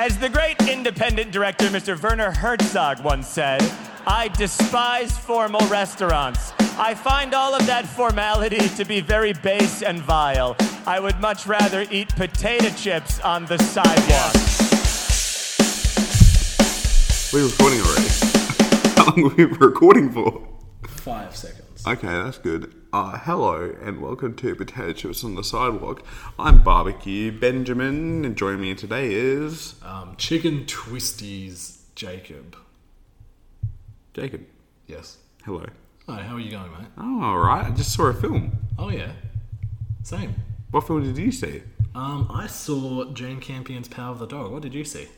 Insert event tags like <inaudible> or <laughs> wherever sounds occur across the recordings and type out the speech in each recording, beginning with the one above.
As the great independent director, Mr. Werner Herzog, once said, I despise formal restaurants. I find all of that formality to be very base and vile. I would much rather eat potato chips on the sidewalk. We were recording already. <laughs> How long were we recording for? Five seconds. Okay, that's good. Uh, hello and welcome to Potato Chips on the Sidewalk. I'm Barbecue Benjamin, and joining me today is uh, Um, chicken twisties, Jacob. Jacob. Yes. Hello. Hi, how are you going, mate? Oh, all right. I just saw a film. Oh yeah, same. What film did you see? Um, I saw Jane Campion's Power of the Dog. What did you see?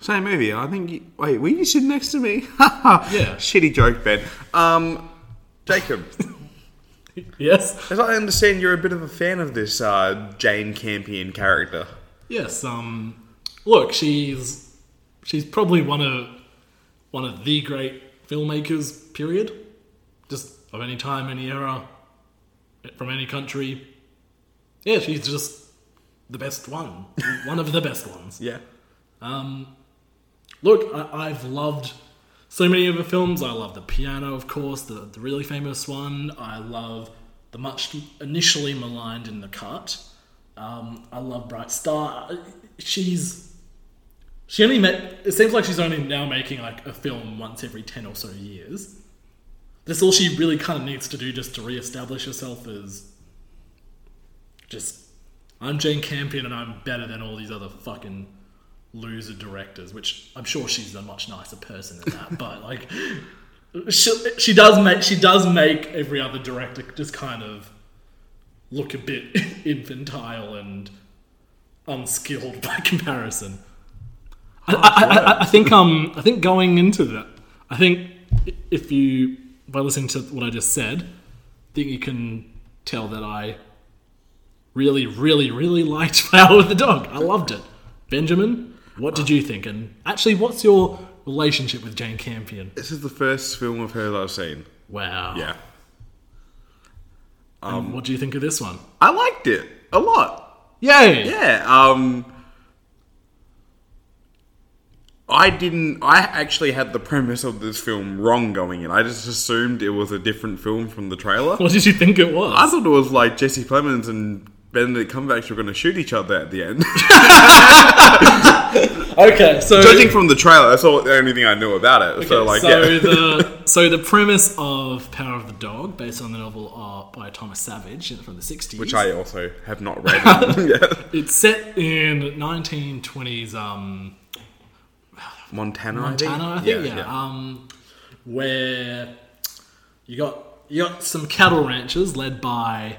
Same movie. I think. You, wait, were you sitting next to me? <laughs> yeah. Shitty joke, Ben. Um, Jacob. <laughs> <laughs> Yes. As I understand, you're a bit of a fan of this uh, Jane Campion character. Yes. Um, look, she's she's probably one of one of the great filmmakers. Period. Just of any time, any era, from any country. Yeah, she's just the best one. one of the best ones. Yeah. Um, Look, I, I've loved so many of her films. I love The Piano, of course, the, the really famous one. I love the much initially maligned in The Cut. Um, I love Bright Star. She's. She only met. It seems like she's only now making like a film once every 10 or so years. That's all she really kind of needs to do just to re establish herself as. Just. I'm Jane Campion and I'm better than all these other fucking loser directors, which I'm sure she's a much nicer person than that. <laughs> but like, she, she does make she does make every other director just kind of look a bit <laughs> infantile and unskilled by <laughs> comparison. I, I, I- I, I think um I think going into that, I think i- if you by listening to what I just said, I think you can tell that I really, really, really liked <laughs> Power with the Dog. I loved it. Benjamin, what did you think? And actually, what's your relationship with Jane Campion? This is the first film of hers I've seen. Wow. Yeah. um, And what do you think of this one? I liked it a lot. Yay! Yeah. Um, I didn't. I actually had the premise of this film wrong going in. I just assumed it was a different film from the trailer. What did you think it was? I thought it was like Jesse Plemons and Benedict Cumberbatch were going to shoot each other at the end. <laughs> okay, so Judging from the trailer, that's all the only thing I knew about it. so like, so yeah. <laughs> the so the premise of Power of the Dog, based on the novel uh, by Thomas Savage from the sixties, Which I also have not read. <laughs> <laughs> yeah. it's set in nineteen twenties um, Montana. Montana, I think. Yeah, Um, where you got you got some cattle ranchers led by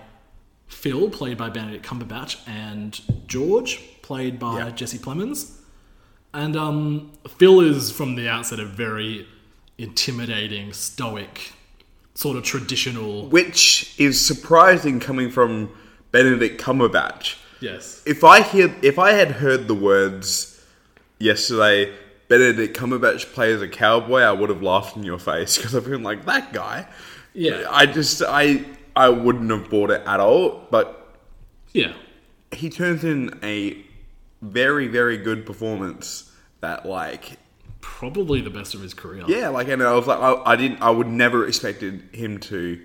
Phil, played by Benedict Cumberbatch, and George, played by Yeah. Jesse Plemons. And um, Phil is from the outset a very intimidating, stoic, sort of traditional. Which is surprising coming from Benedict Cumberbatch. Yes. if I hear if I had heard the words yesterday, Benedict Cumberbatch plays a cowboy, I would have laughed in your face because I've been like that guy. Yeah. I just I I wouldn't have bought it at all. But Yeah. he turns in a very very good performance. That like Probably the best of his career. yeah like and I was like I, I didn't I would never expected him to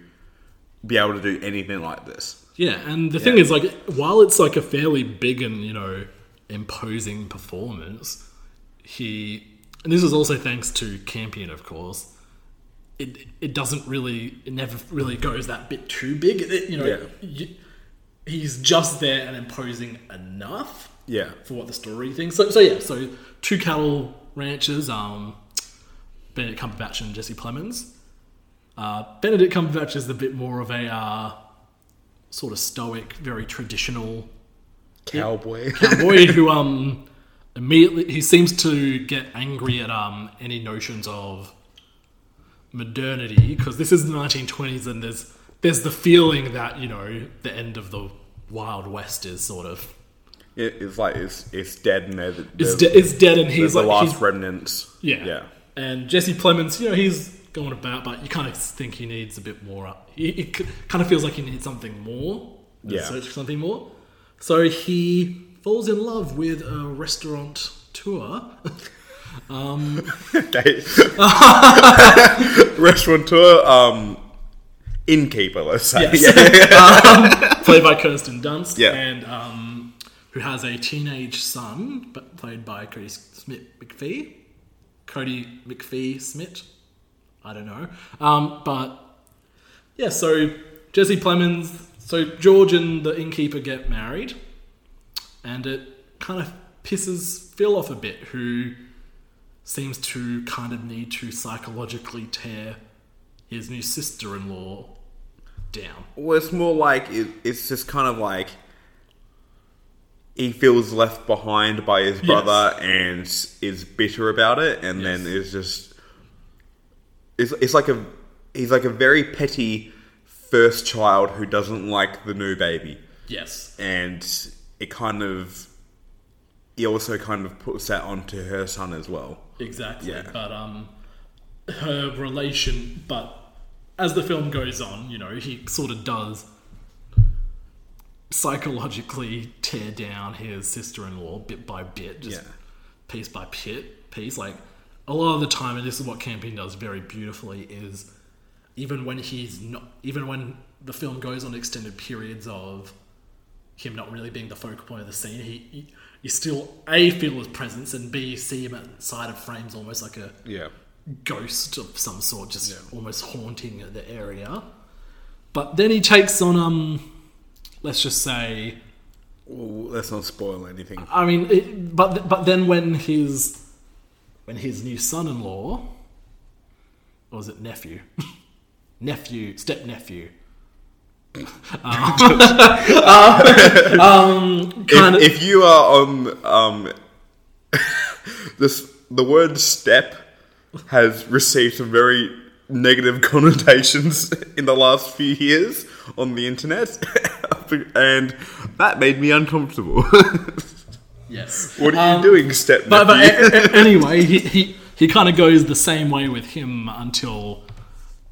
be able to do anything like this. Yeah, and the thing is, like, while it's like a fairly big and you know imposing performance, he and this is also thanks to Campion, of course. It it doesn't really, it never really goes that bit too big. It- you know, Yeah. you- he's just there and imposing enough Yeah. for what the story thinks. So, so yeah, so two cattle ranchers, um, Benedict Cumberbatch and Jesse Plemons. Uh, Benedict Cumberbatch is a bit more of a uh, sort of stoic, very traditional Cowboy. boy <laughs> who um immediately he seems to get angry at um any notions of modernity because this is the 1920s and there's there's the feeling that you know the end of the wild west is sort of <laughs> It- it's like it's it's dead and they're, the- is, they're- de- is dead and they're he's the like last he's- remnants. Yeah. Yeah. And Jesse Plemons, you know, he's going about, but you kind of think he needs a bit more up. He, it kind of feels like he needs something more. Yeah. Search for something more. So he falls in love with a restaurant t- tour. <laughs> <laughs> Okay. Restaurateur, um, innkeeper, let's say. Yes. <laughs> Yeah. um, played by Kirsten Dunst, Yeah. and um, who has a teenage son, but played by Cody Smith McPhee. Cody McPhee Smith, I don't know. Um, but yeah, so Jesse Plemons, so George and the innkeeper get married, and it kind of pisses Phil off a bit, who seems to kind of need to psychologically tear his new sister-in-law down. Well, it's more like it, it's just kind of like he feels left behind by his brother and is bitter about it, and then Yes. is just it's it's like a he's like a very petty first child who doesn't like the new baby, Yes. and it kind of he also kind of puts that onto her son as well. Exactly. Yeah. But um her relation but as the film goes on, you know, he sort of does psychologically tear down his sister-in-law bit by bit, just Yeah. piece by pit, piece. Like a lot of the time, and this is what Camping does very beautifully, is even when he's not, even when the film goes on extended periods of him not really being the focal point of the scene, he, he you still a feel his presence and b you see him outside of frames, almost like a Yeah, ghost of some sort, just almost haunting the area. But then he takes on um, let's just say well, let's not spoil anything. I mean, it, but th- but then when his when his new son-in-law, or was it nephew, <laughs> nephew, step <laughs> nephew, <laughs> <laughs> um, um, if, kind of if you are on um, <laughs> this, the word "step" has received some very negative <laughs> connotations in the last few years on the internet, <laughs> and that made me uncomfortable. <laughs> yes. what are you doing, step? Um, But, but nephew? a- a- anyway, he, he, he kind of goes the same way with him until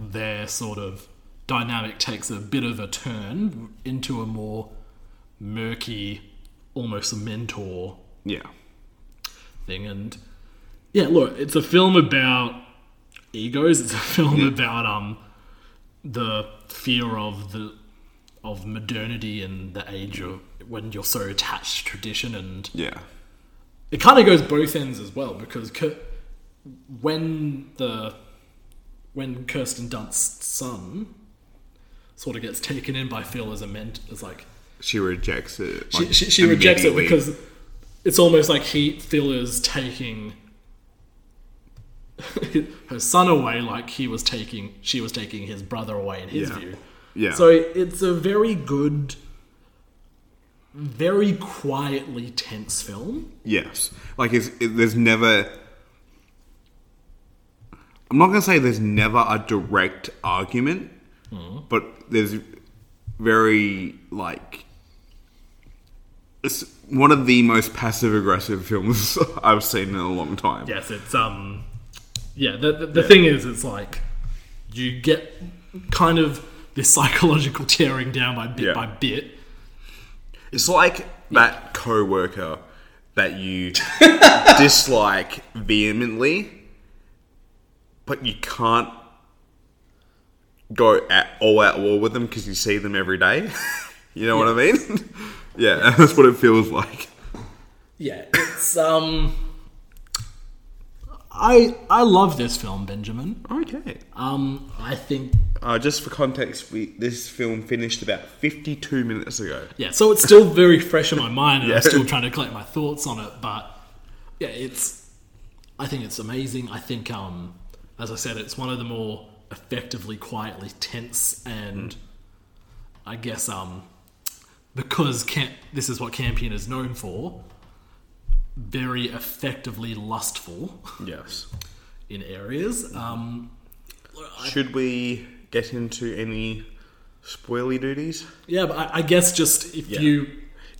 their sort of dynamic takes a bit of a turn into a more murky, almost mentor yeah, thing. And yeah, look, it's a film about egos. It's a <laughs> film about um the fear of the of modernity and the age of when you're so attached to tradition and yeah, it kind of goes both ends as well because Kir- when the when Kirsten Dunst's son sort of gets taken in by Phil as a ment as like she rejects it. she, like, she, she rejects it immediately. because it's almost like he Phil is taking <laughs> her son away like he was taking she was taking his brother away in his Yeah. view yeah, so it's a very good very quietly tense film Yes. Like, it's, it, there's never. I'm not going to say there's never a direct argument, but there's very, like. It's one of the most passive aggressive films <laughs> I've seen in a long time. Yes, it's um, yeah. The the, the thing is, it's like you get kind of this psychological <laughs> tearing down by bit Yeah. by bit. It's like that coworker that <laughs> you dislike vehemently, but you can't go at all at war with them because you see them every day. <laughs> you know what I mean? <laughs> yeah, that's what it feels like. Yeah, it's um. I I love this film, Benjamin. Okay. Um, I think Uh, just for context, we, this film finished about 52 minutes ago. yeah. So it's still very fresh in my mind, and Yeah. I'm still trying to collect my thoughts on it. But yeah, it's. I think it's amazing. I think um, as I said, it's one of the more effectively, quietly tense and. I guess um, because Camp, this is what Campion is known for, very effectively lustful Yes. in areas. Um, Should we get into any spoily duties? yeah, but I, I guess just if you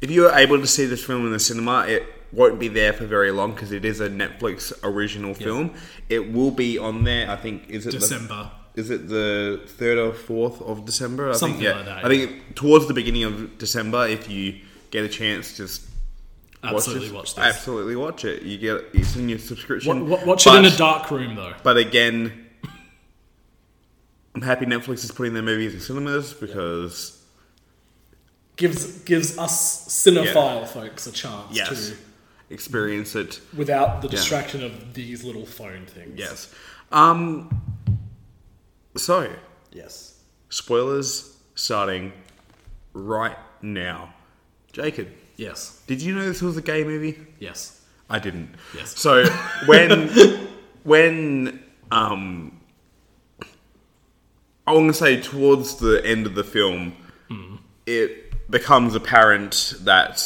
If you are able to see this film in the cinema, it won't be there for very long because it is a Netflix original film. It will be on there. I think is it December, The, is it the third or fourth of December? I Something think, yeah. like that, I think towards the beginning of December, if you get a chance, just Absolutely watch watch this. this. Absolutely watch it. You get it's in your Wa- subscription. wa- Watch But- it in a dark room, though. But again, I'm happy Netflix is putting their movies in cinemas because Gives gives us cinephile folks a chance yes, to, experience it. without the distraction of these little phone things. Yes. Um. So Yes. spoilers starting right now. Jacob, Yes. did you know this was a gay movie? Yes. I didn't. Yes. So when when um I want to say towards the end of the film, it becomes apparent that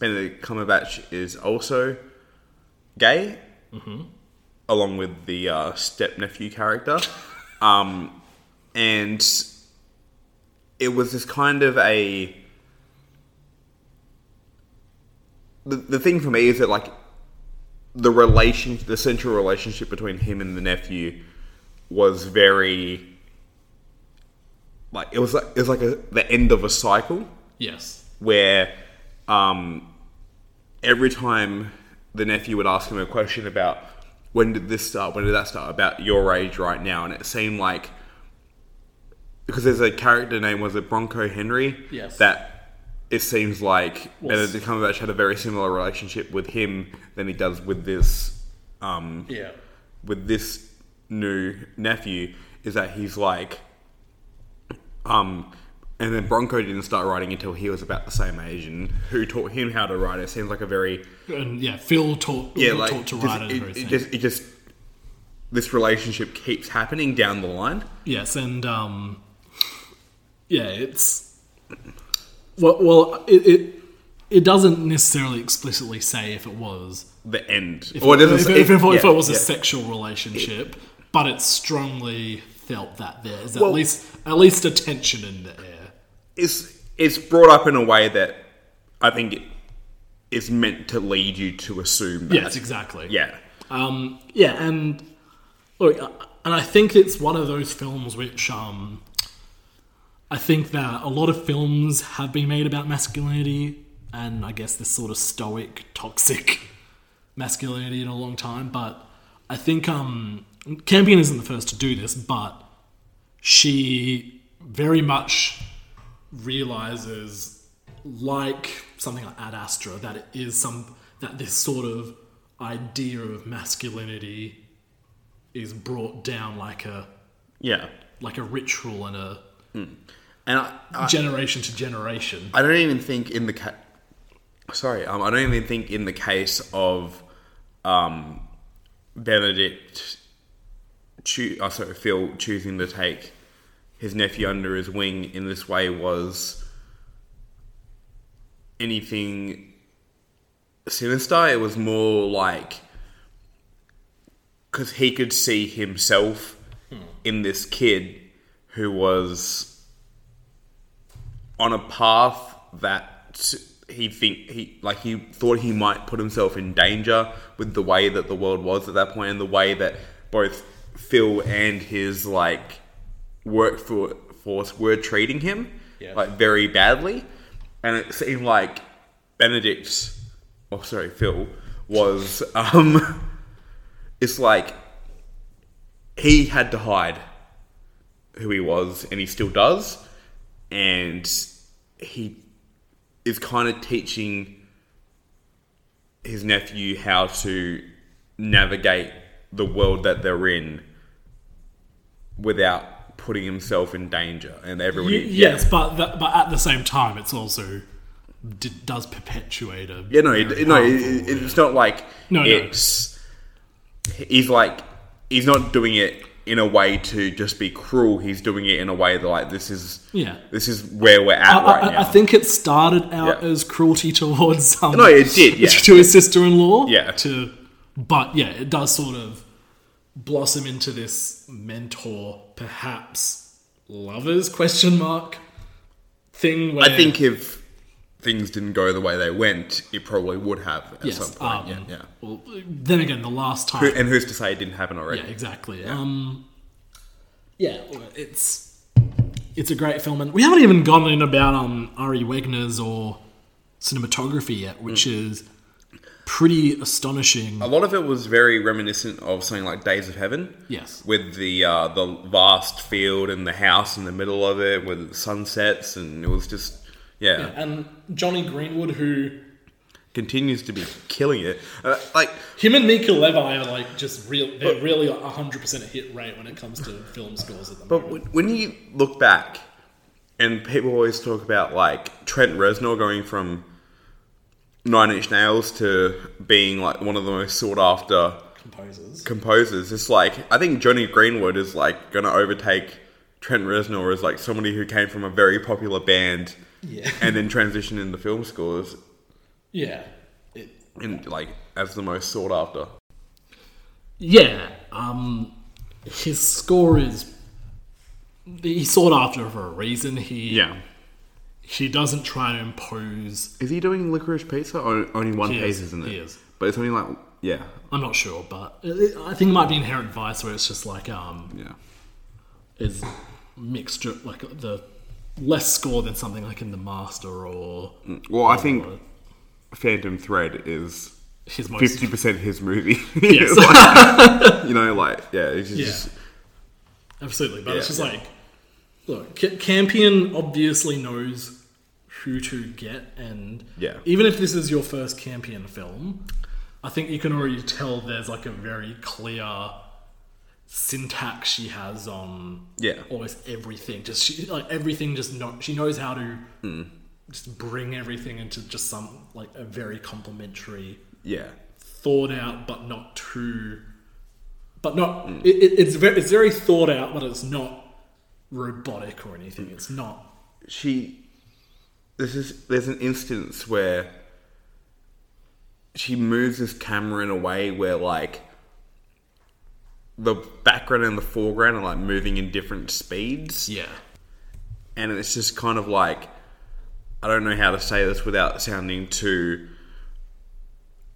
Benedict Cumberbatch is also gay, along with the uh, step nephew character, um, and it was this kind of a the, the thing for me is that like the relation the central relationship between him and the nephew was very like it was like it was like a, the end of a cycle Yes. where um, every time the nephew would ask him a question about when did this start, when did that start, about your age right now, and it seemed like because there's a character name was it Bronco Henry, Yes. that it seems like Was. Benedict Cumberbatch had a very similar relationship with him than he does with this um, Yeah. with this new nephew is that he's like, um, and then Bronco didn't start writing until he was about the same age, and who taught him how to write? It seems like a very And yeah, Phil taught yeah, Phil like taught to just- write it, and it, everything. it just it just this relationship keeps happening down the line. Yes, and um, yeah, it's well, well it, it it doesn't necessarily explicitly say if it was The end, if, or it it, doesn't if, say- if, if, if yeah, it was a yeah. sexual relationship, but it's strongly felt that there's at Well- least at least a tension in the air. it's it's brought up in a way that I think it is meant to lead you to assume. That. Yes, exactly. Yeah. Um, yeah, and look, uh, and I think it's one of those films which um, I think that a lot of films have been made about masculinity, and I guess this sort of stoic, toxic <laughs> masculinity in a long time. But I think um, Campion isn't the first to do this, but she very much realizes, like something like Ad Astra, that it is some that this sort of idea of masculinity is brought down like a Yeah. like a ritual and a And I, I, generation to generation. I don't even think in the ca- sorry, um, I don't even think in the case of um, Benedict, choo- oh, sorry, Phil choosing to take his nephew under his wing in this way was anything sinister. It was more like because he could see himself in this kid who was on a path that he think he like he thought he might put himself in danger with the way that the world was at that point and the way that both Phil and his like workforce were treating him Yeah. like very badly and it seemed like Benedict's oh sorry Phil was um <laughs> it's like he had to hide who he was, and he still does. And he is kind of teaching his nephew how to navigate the world that they're in without putting himself in danger. And everyone, Y- yeah. yes, but that, but at the same time, it's also d- does perpetuate a Yeah, no, it, very it- no, it, harmful, it, it's not like Oh. No, no. it's. He's like he's not doing it in a way to just be cruel. He's doing it in a way that like this is Yeah. this is where we're at I, right I, now. I think it started out Yeah. as cruelty towards um, No, it <laughs> did, yeah. to his sister-in-law. Yeah. To, but yeah, it does sort of blossom into this mentor, perhaps lovers question mark thing. Where I think if things didn't go the way they went, it probably would have at yes, some point. um, yeah, yeah. Well, then again, the last time, Who- And who's to say it didn't happen already? yeah, exactly. Um, yeah, it's it's a great film, and we haven't even gone in about um Ari Wegner's or cinematography yet, which is pretty astonishing. A lot of it was very reminiscent of something like Days of Heaven. Yes. With the uh, the vast field and the house in the middle of it with sunsets and it was just yeah. And Johnny Greenwood, who Continues to be killing it. Uh, like him and Mika Levi are like just real. They're really a hundred percent hit rate when it comes to film scores at the But moment. when- when you look back, and people always talk about like Trent Reznor going from Nine Inch Nails to being like one of the most sought after Composers. composers. It's like I think Johnny Greenwood is like going to overtake Trent Reznor as like somebody who came from a very popular band Yeah. and then transitioned into film scores Yeah. It, and like as the most sought after. yeah. Um, his score is. He's sought after for a reason. He he doesn't try to impose. Is he doing Licorice Pizza or only one He piece, is, isn't it? he is. But it's only like yeah, I'm not sure, but it, I think it might be inherent vice where it's just like um yeah. is mixture like the less score than something like in the master or Well, Oh, I think Phantom Thread is his most fifty percent his movie. <laughs> <laughs> Yes. Like, you know, like yeah, it's just Absolutely, but it's Yeah, just yeah. like, look, C- Campion obviously knows who to get, and Yeah. even if this is your first Campion film, I think you can already tell there's like a very clear syntax she has on Yeah. almost everything. Just she like everything just know, she knows how to Hmm. just bring everything into just some like a very complementary yeah, thought out but not too but not it, it- it's very it's very thought out but it's not robotic or anything it's not She this is there's an instance where she moves this camera in a way where like the background and the foreground are like moving in different speeds. yeah and it's just kind of like I don't know how to say this without sounding too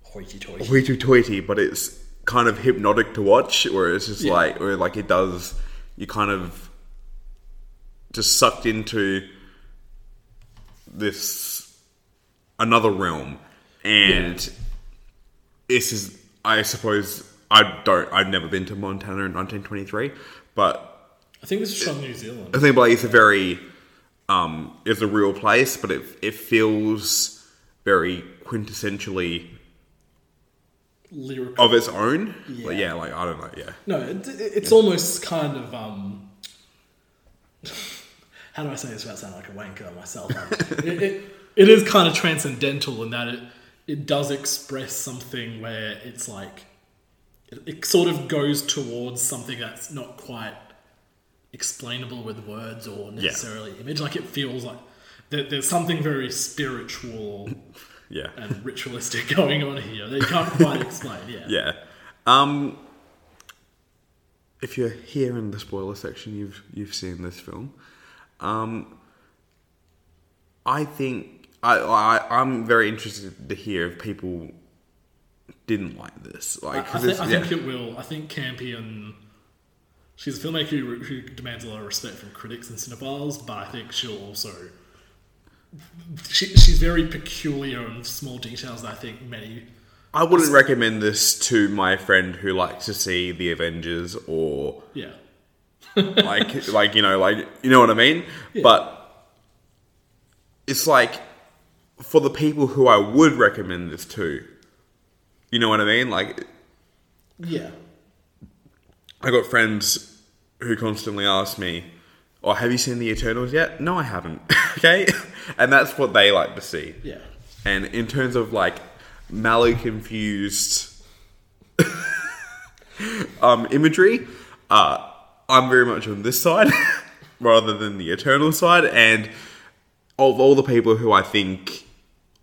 hoity-toity hoity toity, but it's kind of hypnotic to watch, where it's just like, where like it does, you kind of just sucked into this another realm, and this is, I suppose, I don't, I've never been to Montana in 1923, but i think this is from new zealand I think like it's a very um it's a real place, but it it feels very quintessentially lyrical of its own. Yeah, like, yeah, like I don't know, yeah. no it, it- it's almost kind of um <laughs> how do i say this without sounding like a wanker myself Um, it, it, it is kind of transcendental in that it it does express something where it's like it, it sort of goes towards something that's not quite explainable with words or necessarily image. Like it feels like there, there's something very spiritual Yeah. and ritualistic <laughs> going on here that you can't quite explain. Yeah. Yeah. Um if you're here in the spoiler section you've you've seen this film. Um I think I, I I'm very interested to hear if people didn't like this. I, I Like, 'cause thi- it's- I yeah. think it will. I think Campion. She's a filmmaker who, who demands a lot of respect from critics and cinephiles, but I think she'll also. She, she's very peculiar in small details that I think many I wouldn't recommend this to my friend who likes to see the Avengers or Yeah. like like you know like you know what I mean. But it's like for the people who I would recommend this to, you know what I mean. Like Yeah. I got friends who constantly ask me, "Oh, have you seen the Eternals yet?" No, I haven't. <laughs> okay, and that's what they like to see. Yeah. And in terms of like mallow confused <laughs> um, imagery, uh, I'm very much on this side <laughs> rather than the eternal side. And of all the people who I think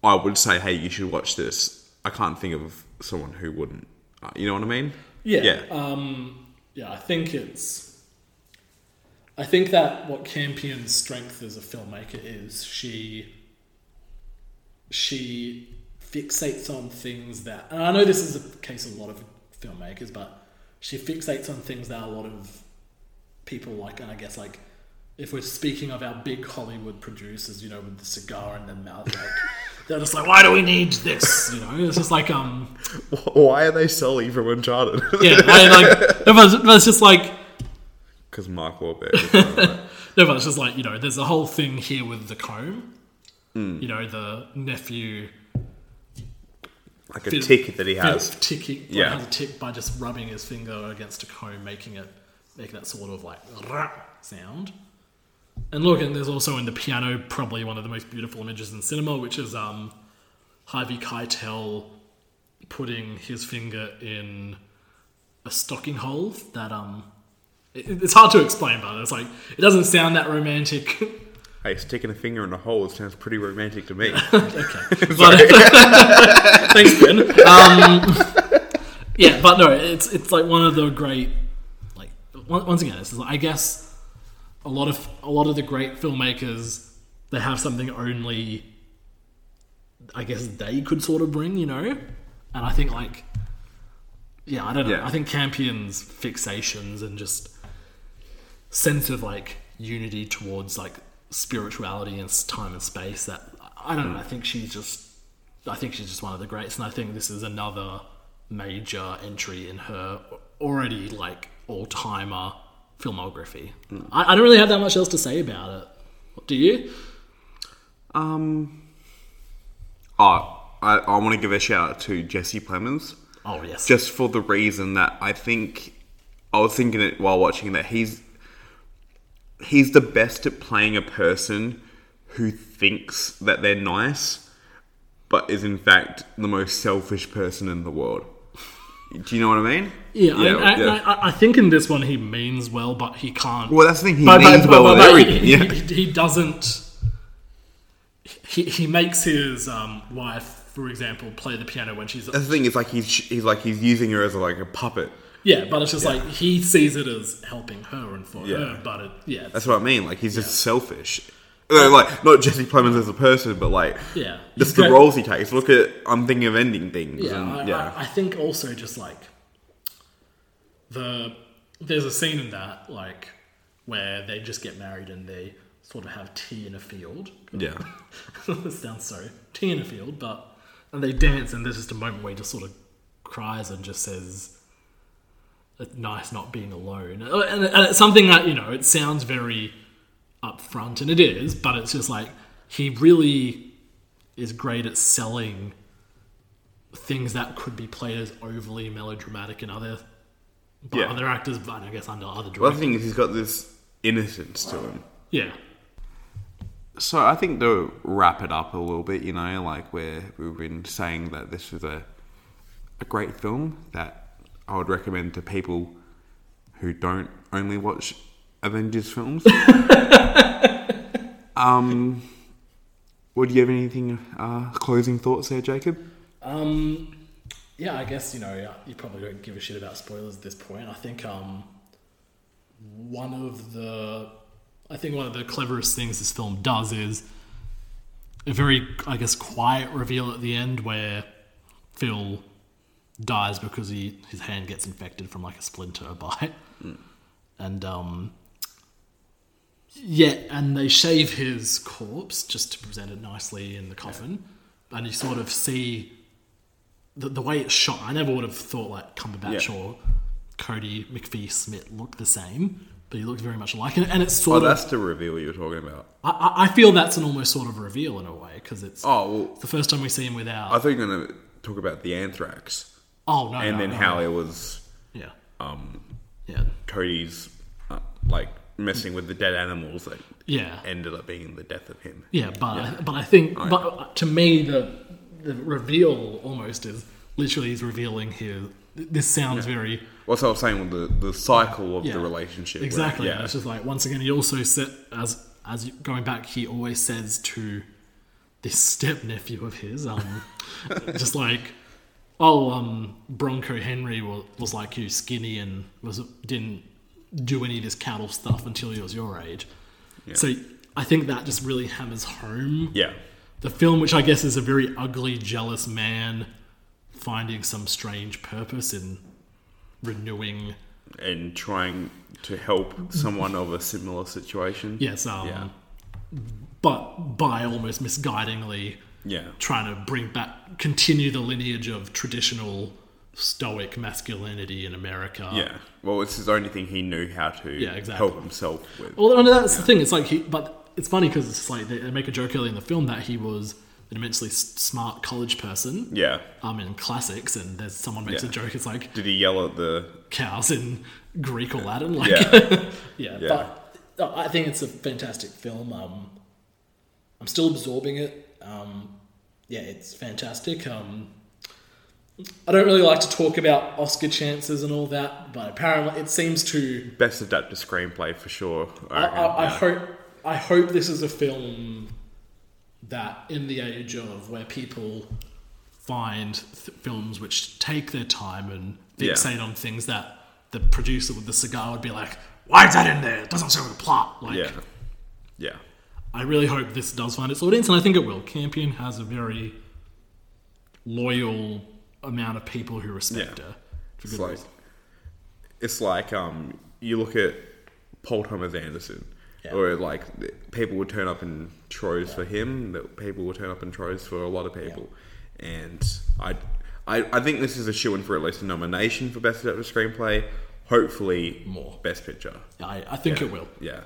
I would say, hey, you should watch this, I can't think of someone who wouldn't. Uh, you know what I mean? Yeah. Yeah. Um, yeah, I think it's. I think that what Campion's strength as a filmmaker is she. She fixates on things that, and I know this is the case of a lot of filmmakers, but she fixates on things that a lot of people like, and I guess like. If we're speaking of our big Hollywood producers, you know, with the cigar in their mouth, like They're just like, why do we need this? You know, it's just like um, <laughs> Why are they Sully from Uncharted? <laughs> yeah, I, like everyone's, everyone's just like Because Mark Wahlberg. is <laughs> one of them. everyone's just like you know, there's a whole thing here with the comb. Hmm. You know, the nephew like a tick that he has. ticking, like, Yeah. has a tick by just rubbing his finger against a comb, making it making that sort of like rah sound. And look, and there's also in the piano probably one of the most beautiful images in cinema, which is um, Harvey Keitel putting his finger in a stocking hole that um, it, it's hard to explain, but it's like it doesn't sound that romantic. <laughs> Hey, sticking a finger in a hole sounds pretty romantic to <laughs> me. But- <laughs> Thanks, Ben. Um, yeah, but no, it's it's like one of the great, like on- once again, this is like, I guess a lot of a lot of the great filmmakers they have something only, I guess they could sort of bring, you know, and I think like, yeah, I don't know, Yeah. I think Campion's fixations and just sense of like unity towards like spirituality and s- time and space that I don't know. I think she's just I think she's just one of the greats, and I think this is another major entry in her already like all timer filmography. I, I don't really have that much else to say about it. Do you? Um, oh, I, I want to give a shout out to Jesse Plemons Oh yes. just for the reason that I think I was thinking it while watching that he's he's the best at playing a person who thinks that they're nice, but is in fact the most selfish person in the world. Do you know what I mean? yeah, I- I, yeah. I, I, I think in this one he means well, but he can't. well, that's the thing. He But- but- means well but- but- in but everything. he, Yeah. he, he doesn't. He, he makes his um, wife, for example, play the piano when she's That's the thing. It's like he's he's like he's using her as like a puppet. yeah, but it's just like he sees it as helping her and for Yeah. her, but it yeah That's what I mean. Like he's just selfish. No, like not Jesse Plemons as a person, but like Yeah. just He's the great. roles he takes. Look at I'm thinking of ending things. yeah, and, I, yeah. I, I think also just like the there's a scene in that like where they just get married and they sort of have tea in a field. yeah, <laughs> this sounds so tea in a field, but and they dance, and there's just a moment where he just sort of cries and just says, "It's nice not being alone," Uh, and, and it's something that you know it sounds very upfront, and it is, but it's just like he really is great at selling things that could be played as overly melodramatic and other. By Yeah. other actors, but I guess under other The other directors. thing is he's got this innocence to him. Yeah. So I think to wrap it up a little bit, you know, like where we've been saying that this is a a great film that I would recommend to people who don't only watch Avengers films. um, would you have anything uh, closing thoughts there, Jacob? Um, yeah, I guess you know you probably don't give a shit about spoilers at this point. I think um, one of the, I think one of the cleverest things this film does is a very, I guess, quiet reveal at the end where Phil dies because he his hand gets infected from like a splinter <laughs> bite, and um, yeah, and they shave his corpse just to present it nicely in the coffin, and you sort of see the, the way it's shot, I never would have thought like Cumberbatch Yeah. or Cody McPhee Smith look the same, but he looked very much alike. And, and it's Oh, sort that's of, the reveal you were talking about. I- I, I feel that's an almost sort of reveal in a way because it's Oh, well, the first time we see him without. I thought you were going to talk about the anthrax oh no! and no, then no. how it was Yeah. um, Yeah. Cody's uh, like messing with the dead animals that Yeah. ended up being the death of him. Yeah, but I, but I think but uh, to me the the reveal almost is literally he's revealing his. This sounds very What's I was saying with the, the cycle of Yeah. the relationship. where- Exactly. yeah. It's just like once again, he also said as as you- going back, he always says to this step nephew of his, um, <laughs> just like, oh, um, Bronco Henry was, was like you, skinny, and was didn't do any of this cattle stuff until he was your age. So I think that just really hammers home Yeah. the film, which I guess is a very ugly, jealous man finding some strange purpose in renewing And trying to help someone of a similar situation. Yes. Um, Yeah. But by almost misguidingly Yeah. trying to bring back, continue the lineage of traditional stoic masculinity in America. Yeah. Well, it's his only thing he knew how to Yeah, exactly. help himself with. Well, I mean, that's the thing. It's like he, but it's funny because it's like they, they make a joke early in the film that he was an immensely s- smart college person. Yeah. Um, in classics, and there's someone makes Yeah. a joke. It's like Did he yell at the? cows in Greek or Latin. Like, Yeah. <laughs> yeah, Yeah. but no, I think it's a fantastic film. Um, I'm still absorbing it. Um, yeah, it's fantastic. Um, I don't really like to talk about Oscar chances and all that, but apparently it seems to. Best adapted screenplay for sure. I, reckon, I, I yeah. hope. I hope this is a film that, in the age of where people find th- films which take their time and Yeah. fixate on things that the producer with the cigar would be like, "Why is that in there? It doesn't serve the plot." Like, Yeah. Yeah. I really hope this does find its audience, and I think it will. Campion has a very loyal amount of people who respect Yeah. her. For It's good like reason. it's like um you look at Paul Thomas Anderson. Yeah. Or like the- people would turn up in troves for him. That people will turn up in troves for a lot of people, and I, I, I think this is a shoe in for at least a nomination for best adapted screenplay. Hopefully, More. best picture. I, I think it will. Yeah,